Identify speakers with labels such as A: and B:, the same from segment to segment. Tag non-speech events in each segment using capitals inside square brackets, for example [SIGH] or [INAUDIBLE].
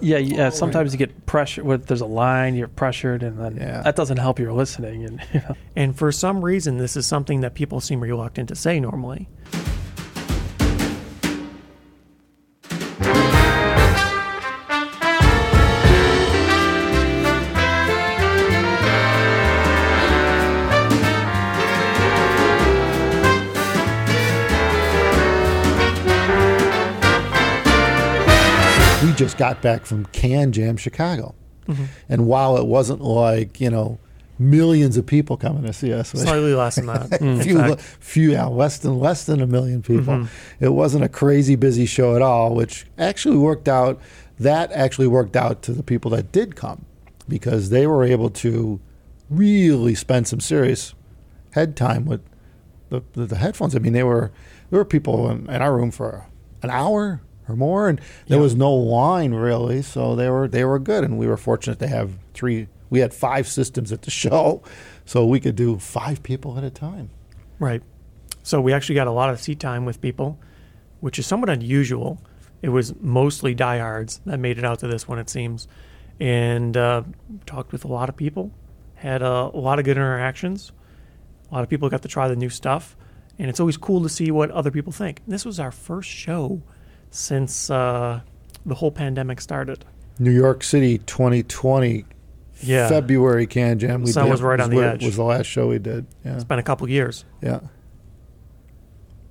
A: yeah, yeah. Sometimes you get pressure. When there's a line, you're pressured, and then
B: Yeah.
A: that doesn't help your listening. And you know.
C: And for some reason, this is something that people seem reluctant to say normally.
B: We just got back from Can Jam Chicago. And while it wasn't like, you know, millions of people coming to see [LAUGHS] us, which-
C: Slightly less
A: [LAUGHS]
C: than that.
A: Mm.
C: in
B: few,
C: fact.
B: few, yeah, less than less than a million people. It wasn't a crazy busy show at all, which actually worked out. That actually worked out to the people that did come because they were able to really spend some serious head time with the, the, the headphones. I mean, they were there were people in, in our room for an hour or more, and there was no line really, so they were they were good, and we were fortunate to have three. We had five systems at the [LAUGHS] show, so we could do five people at a time.
C: Right. So we actually got a lot of seat time with people, which is somewhat unusual. It was mostly diehards that made it out to this one, it seems, and uh, talked with a lot of people, had a, a lot of good interactions. A lot of people got to try the new stuff, and it's always cool to see what other people think. This was our first show since uh, the whole pandemic started.
B: New York City 2020
C: Yeah,
B: February Can Jam.
C: So it was right on the
B: where-
C: edge.
B: Was the last show we did. Yeah,
C: it's been a couple years.
B: yeah.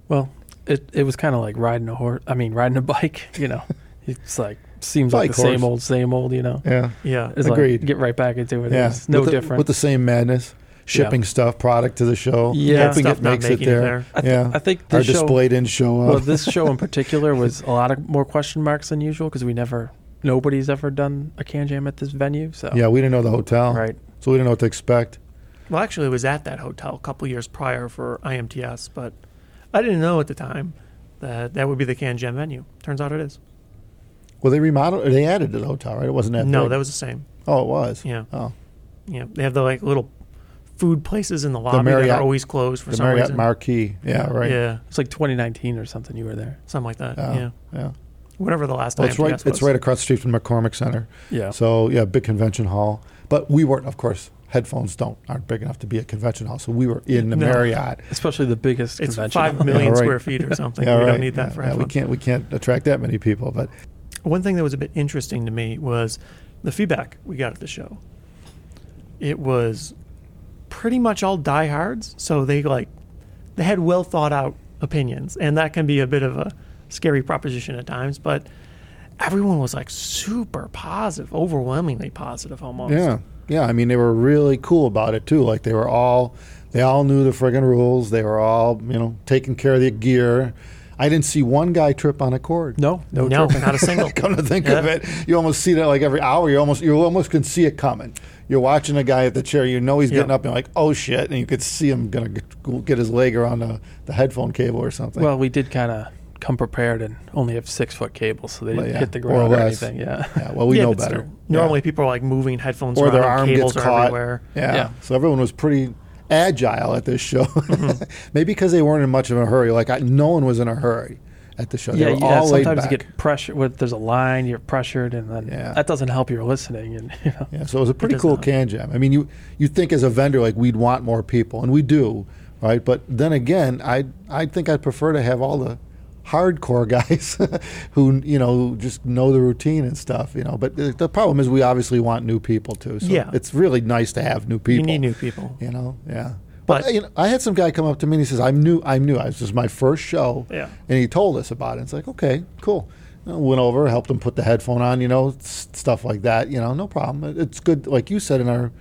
A: well, it it was kind of like riding a horse. I mean, riding a bike. [LAUGHS] You know, it's like seems like
B: Bike
A: the same
B: horse.
A: old, same old. You know,
B: Yeah,
C: Yeah,
A: it's
B: Agreed.
A: Like, get right back into it.
B: yeah.
A: It's no
B: with the,
A: different.
B: with the same madness, shipping stuff, product to the show.
A: Yeah,
B: hoping
C: stuff
B: it
C: not
B: makes it
C: making it
B: there.
C: there.
A: I, th-
B: yeah,
A: I think
B: our
A: this show.
B: display didn't show up.
A: well, this show in particular was a lot of more question marks than usual because we never, nobody's ever done a can jam at this venue. So
B: yeah, we didn't know the hotel,
A: right.
B: So we didn't know what to expect.
C: Well, actually, I was at that hotel a couple years prior for IMTS, but I didn't know at the time that that would be the Can Jam venue. Turns out it is.
B: Well, they remodeled. They added to the hotel, right? It wasn't that.
C: No,
B: big.
C: that was the same.
B: Oh, it was.
C: Yeah,
B: Oh,
C: yeah. They have the like little food places in the lobby that
B: Marriott-
C: are always closed for
B: the
C: some
B: Marriott
C: reason.
B: Marquis. Yeah, right.
C: Yeah,
A: It's like 2019 or something. You were there.
C: something like that.
B: Oh,
C: yeah,
B: yeah.
C: whatever the last
B: Well,
C: IMTS
B: it's right.
C: was.
B: It's right across the street from McCormick Center.
A: Yeah.
B: So yeah, big convention hall. But we weren't, of course. Headphones don't aren't big enough to be a convention hall, so we were in the
C: No.
B: Marriott.
A: Especially the biggest
C: It's
A: convention.
B: [LAUGHS]
C: five million
B: right.
C: square feet or something.
B: yeah,
C: we
B: right.
C: don't need that
B: yeah,
C: for
B: yeah, we
C: everyone.
B: can't we can't attract that many people. But
C: One thing that was a bit interesting to me was the feedback we got at the show. It was pretty much all diehards, so they like they had well thought out opinions, and that can be a bit of a scary proposition at times, but everyone was like super positive, overwhelmingly positive almost.
B: yeah, yeah. I mean, they were really cool about it too. Like they were all they all knew the friggin' rules. They were all you know taking care of the gear. I didn't see one guy trip on a cord.
A: No, no,
C: No,
A: tripping.
C: not a single.
B: [LAUGHS] Come to think of
C: Yeah.
B: it, you almost see that like every hour. You almost you almost can see it coming. You're watching a guy at the chair. You know he's
C: Yeah.
B: getting up and like, oh shit, and you could see him gonna get, get his leg around the, the headphone cable or something.
A: [LAUGHS] Well, we did kind of come prepared and only have six foot cables, so they
B: But
A: didn't
B: yeah,
A: hit the
B: or
A: ground or,
B: less.
A: anything. Yeah. [LAUGHS]
B: yeah, well, [LAUGHS] we
C: [LAUGHS] Yeah,
B: know
C: but
B: better.
C: still,
B: Yeah.
C: Normally people are like moving headphones
B: or
C: around,
B: their arm
C: cables
B: gets
C: are
B: caught.
C: everywhere.
B: Yeah.
A: Yeah.
B: so everyone was pretty agile at this show. [LAUGHS] Maybe because they weren't in much of a hurry. Like I, no one was in a hurry at the show.
A: Yeah,
B: they were
A: you- yeah,
B: all laid
A: sometimes
B: back.
A: you get pressure. When there's a line, you're pressured, and then
B: Yeah.
A: that doesn't help your listening. And [LAUGHS] you know,
B: Yeah, so it was a pretty
C: does
B: cool
C: not.
B: can jam. I mean, you you think as a vendor like we'd want more people, and we do, right? But then again, I I think I'd prefer to have all the hardcore [LAUGHS] guys who you know just know the routine and stuff, you know. But the, the problem is we obviously want new people too. So
C: Yeah.
B: it's really nice to have new people.
C: You need new people.
B: You know, yeah. But,
C: But-
B: you know, I had some guy come up to me and he says, "I'm new. I'm new. I was just my first show."
C: Yeah.
B: And he told us about it. It's like, okay, cool. I went over, helped him put the headphone on. You know, s- stuff like that. You know, no problem. It- It's good, like you said in our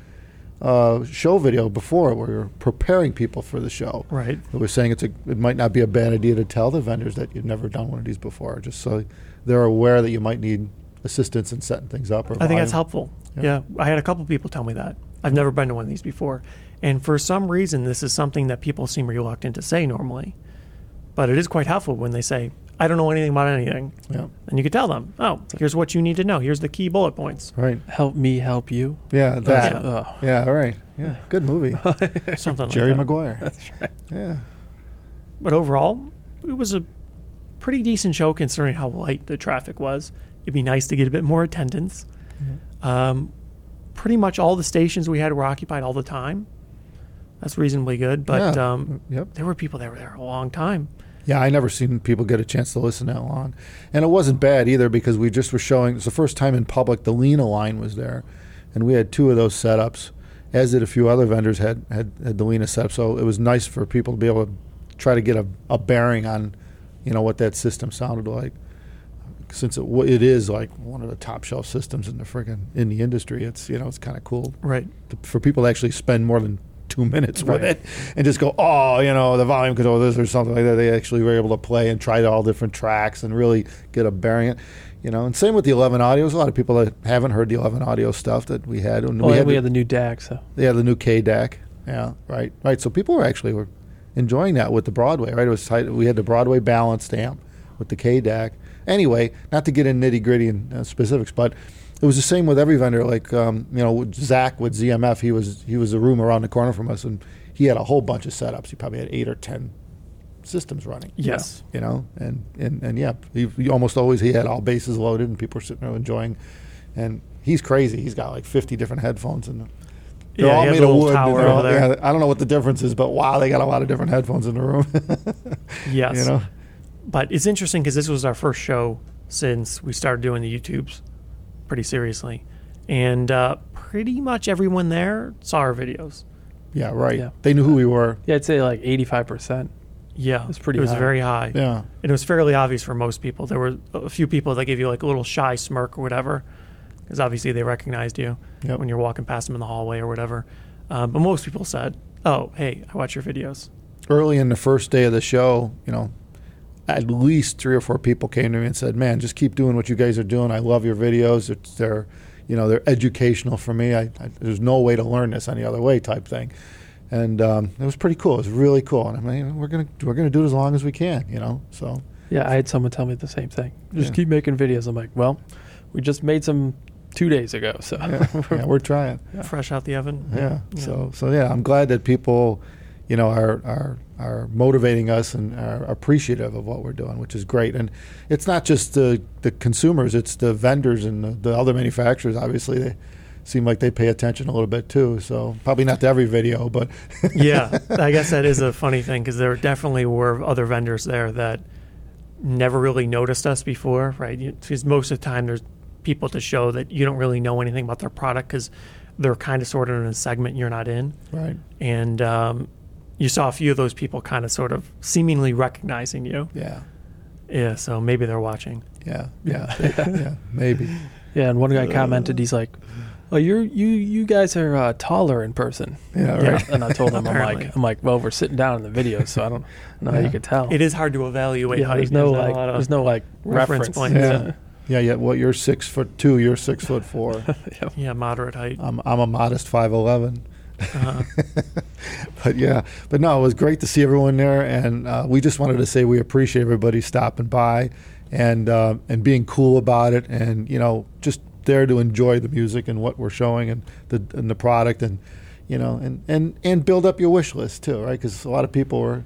B: uh, show video before, where we were preparing people for the show.
C: Right.
B: We were saying it's a, it might not be a bad idea to tell the vendors that you've never done one of these before, just so they're aware that you might need assistance in setting things up. Or
C: I think that's
B: volume.
C: helpful. Yeah. I had a couple people tell me that. I've never been to one of these before. And for some reason, this is something that people seem reluctant to say normally. But it is quite helpful when they say, I don't know anything about anything.
B: Yeah.
C: And you could tell them, oh, here's what you need to know. Here's the key bullet points.
B: [LAUGHS] Right.
A: help me help you.
B: Yeah. That.
C: Yeah.
A: Oh,
B: Yeah, all right. [LAUGHS] Yeah, good movie.
C: Something
B: Jerry
C: like that.
B: Maguire. That's right. Yeah.
C: But overall, it was a pretty decent show considering how light the traffic was It'd be nice to get a bit more attendance.
B: Mm-hmm.
C: Um, pretty much all the stations we had were occupied all the time. That's reasonably good, but
B: Yeah.
C: um,
B: Yep.
C: there were people that were there a long time.
B: Yeah, I never seen people get a chance to listen that long. And it wasn't bad either because we just were showing it's the first time in public the Lena line was there. And we had two of those setups, as did a few other vendors had had, had the Lena setup. So it was nice for people to be able to try to get a, a bearing on, you know, what that system sounded like. Since it, wa- it is like one of the top shelf systems in the friggin' in the industry, it's you know it's kind of cool
C: Right.
B: to, for people to actually spend more than two minutes with
C: Right.
B: it and just go, oh, you know, the volume control this or something like that. They actually were able to play and try all different tracks and really get a bearing. You know, and same with the 11 audios. A lot of people that haven't heard the 11 audio stuff that we had. And
A: Well,
B: we
A: and
B: had,
A: we
B: the,
A: had the new DAC, so
B: yeah, the new K DAC. Yeah, right, right. So people were actually were enjoying that with the Broadway, right? It was tight. We had the Broadway balanced amp with the K DAC. Anyway, not to get in nitty gritty and uh, specifics, but it was the same with every vendor. Like um, you know, Zach with ZMF, he was he was a room around the corner from us, and he had a whole bunch of setups. He probably had eight or ten systems running
C: Yes.
B: you know, and and and yeah, he, he almost always he had all bases loaded, and people were sitting there enjoying. And he's crazy. He's got like fifty different headphones, and they're
C: Yeah,
B: all
C: he has
B: made
C: a
B: of
C: little
B: wood. and
C: tower
B: they're all-
C: over there.
B: yeah, I don't know what the difference is, but wow, they got a lot of different headphones in the room. [LAUGHS]
C: Yes.
B: you know,
C: But it's interesting because this was our first show since we started doing the YouTubes pretty seriously. And uh, pretty much everyone there saw our videos.
B: yeah, right.
A: Yeah.
B: They knew who we were.
A: yeah, I'd say like 85%.
C: Yeah.
A: It's pretty
C: It was
A: high.
C: very high.
B: Yeah,
C: And it was fairly obvious for most people. There were a few people that gave you like a little shy smirk or whatever, because obviously they recognized you
B: Yep.
C: when you're walking past them in the hallway or whatever. Um, but most people said, "Oh, hey, I watch your videos."
B: early in the first day of the show, you know, at least three or four people came to me and said, "Man, just keep doing what you guys are doing. I love your videos. It's, they're, you know, they're educational for me. I, I, there's no way to learn this any other way." Type thing, and um, it was pretty cool. It was really cool. And I mean, we're gonna we're gonna do it as long as we can, you know.
C: [LAUGHS]
B: So
A: Yeah, I had someone tell me the same thing. Just
B: Yeah.
A: keep making videos. I'm like, well, we just made some two days ago, so
B: yeah, yeah, we're trying.
C: Fresh out the oven.
B: yeah. So so yeah, I'm glad that people, you know, are are are motivating us and are appreciative of what we're doing, which is great. And it's not just the the consumers; it's the vendors and the, the other manufacturers. Obviously, they seem like they pay attention a little bit too. So probably not to every video, but [LAUGHS]
C: yeah, I guess that is a funny thing because there definitely were other vendors there that never really noticed us before, right? Because most of the time there's people to show that you don't really know anything about their product because they're kind of sort of in a segment you're not in.
B: right,
C: and um, you saw a few of those people kind of sort of seemingly recognizing you.
B: yeah,
C: Yeah, so maybe they're watching.
B: yeah, yeah, yeah, maybe.
A: yeah. And one guy commented, he's like, "Oh, you're you you guys are uh, taller in person."
B: Yeah,
A: Yeah,
B: right.
A: and I told him, I'm
C: Apparently.
A: like, I'm like, well, we're sitting down in the video, so I don't know how
B: Yeah.
A: you could tell.
C: It is hard to evaluate.
A: yeah,
C: height.
A: there's no
C: not a
A: like,
C: lot of-
A: there's no like
C: reference
A: reference,
C: points.
B: Yeah. Yeah, yeah. Well, you're six foot two. You're six foot four.
C: [LAUGHS]
A: yeah.
C: yeah moderate height.
A: Oh.
B: I'm I'm a modest five eleven.
C: Uh,
B: but yeah, but no, it was great to see everyone there, and uh, we just wanted to say we appreciate everybody stopping by, and uh, and being cool about it, and you know just there to enjoy the music and what we're showing and the and the product, and you know and and and build up your wish list too, right? Because a lot of people were.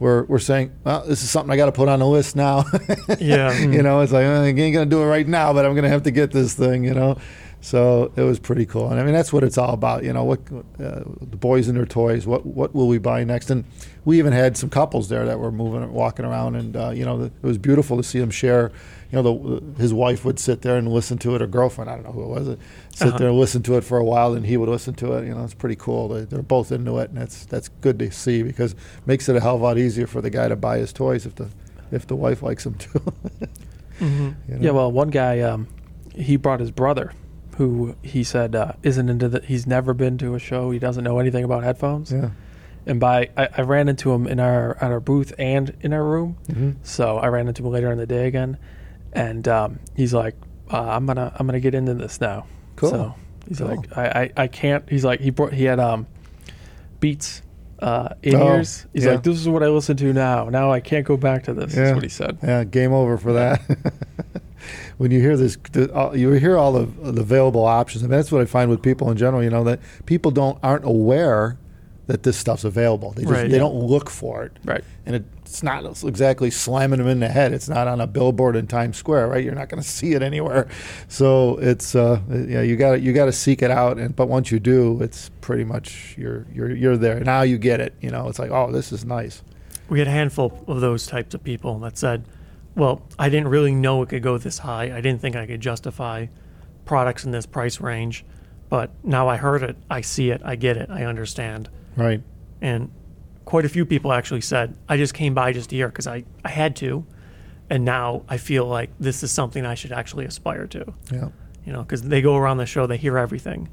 B: We're, were saying, well, this is something I got to put on the list now. [LAUGHS]
A: [LAUGHS]
C: Yeah.
B: you know, it's like, "Eh, I ain't going to do it right now, but I'm going to have to get this thing, you know. So it was pretty cool. And I mean, that's what it's all about, you know, what uh, the boys and their toys, what, what will we buy next? And we even had some couples there that were moving, walking around, and, uh, you know, it was beautiful to see them share. You know, the, his wife would sit there and listen to it, or girlfriend, I don't know who it was, uh, sit
C: Uh-huh.
B: there and listen to it for a while, and he would listen to it. You know, it's pretty cool. They, they're both into it, and that's, that's good to see because it makes it a hell of a lot easier for the guy to buy his toys if the, if the wife likes them too. [LAUGHS]
C: mhm.
B: you know?
A: Yeah, well, one guy, um, he brought his brother, who he said uh, isn't into the. He's never been to a show. He doesn't know anything about headphones.
B: Yeah.
A: And by I, I ran into him in our at our booth and in our room.
B: Mm-hmm.
A: So I ran into him later in the day again, and um, he's like, uh, "I'm gonna I'm gonna get into this now."
B: Cool.
A: So he's
B: Cool.
A: like, I, "I I can't." He's like, he brought he had um, Beats. Uh, in
B: Oh,
A: ears, he's
B: yeah.
A: like, "This is what I listen to now. Now I can't go back to this."
B: Yeah.
A: That's what he said.
B: Yeah, game over for that. [LAUGHS] when you hear this, the, uh, you hear all the, the available options, and that's what I find with people in general. You know that people don't aren't aware that this stuff's available. They just
C: Right.
B: they don't look for it.
A: Right.
B: And it, it's not exactly slamming them in the head. It's not on a billboard in Times Square, right? You're not going to see it anywhere. So it's uh, yeah, you got you got to seek it out. And but once you do, it's pretty much you're you're you're there. Now you get it. You know, it's like oh, this is nice.
C: We had a handful of those types of people that said, well, I didn't really know it could go this high. I didn't think I could justify products in this price range. But now I heard it, I see it, I get it, I understand.
B: Right.
C: And quite a few people actually said, I just came by just here because I, I had to. And now I feel like this is something I should actually aspire to.
B: Yeah.
C: you know, because they go around the show, they hear everything,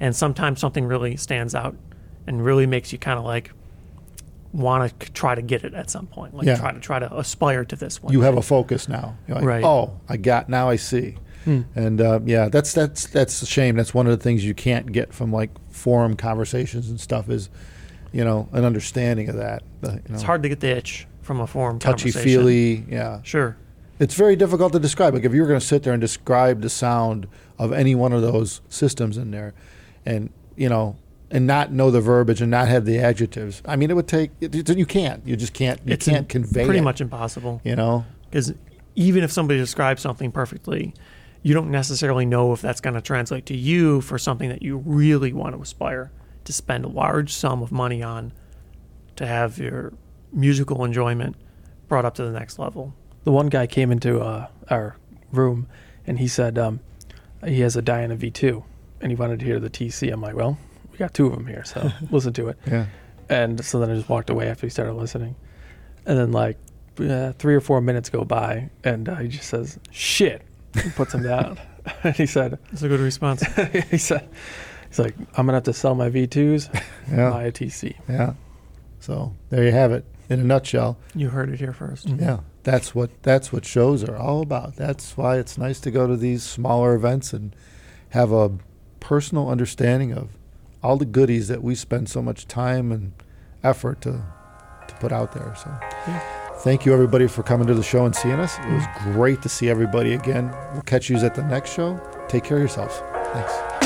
C: and sometimes something really stands out and really makes you kind of like want to try to get it at some point, like
B: Yeah.
C: try to try to aspire to this one.
B: you have a focus now. You're like,
C: Right. Hmm.
B: Oh, I got now. I see. And uh, yeah, that's that's that's a shame. That's one of the things you can't get from like forum conversations and stuff is, you know, an understanding of that. The, you
C: it's
B: know,
C: hard to get the itch from a forum
B: touchy
C: conversation.
B: feely. Yeah,
C: Sure,
B: it's very difficult to describe. Like if you were going to sit there and describe the sound of any one of those systems in there, and you know. And not know the verbiage and not have the adjectives. I mean, it would take. It, it- you can't. You just can't. You
C: it's
B: can't
C: im-
B: convey.
C: pretty
B: it,
C: much impossible
B: You know.
C: because even if somebody describes something perfectly. You don't necessarily know if that's going to translate to you for something that you really want to aspire to spend a large sum of money on to have your musical enjoyment brought up to the next level.
A: The one guy came into uh, our room and he said um, he has a Diana V2 and he wanted to hear the TC. I'm like, well, we got two of them here,
B: [LAUGHS]
A: so listen to it.
B: Yeah.
A: And so then I just walked away after he started listening. And then like uh, three or four minutes go by and uh, he just says, shit, and puts him down. [LAUGHS] and he said, [LAUGHS]
C: That's a good response.
A: he said, he's like, I'm going to have to sell my V2s,
B: Yeah.
A: buy a TC.
B: Yeah. So there you have it in a nutshell.
C: you heard it here 1st
B: Yeah. That's what that's what shows are all about. That's why it's nice to go to these smaller events and have a personal understanding of all the goodies that we spend so much time and effort to to put out there. So thank you everybody for coming to the show and seeing us. It was great to see everybody again. We'll catch you at the next show. Take care of yourselves. Thanks.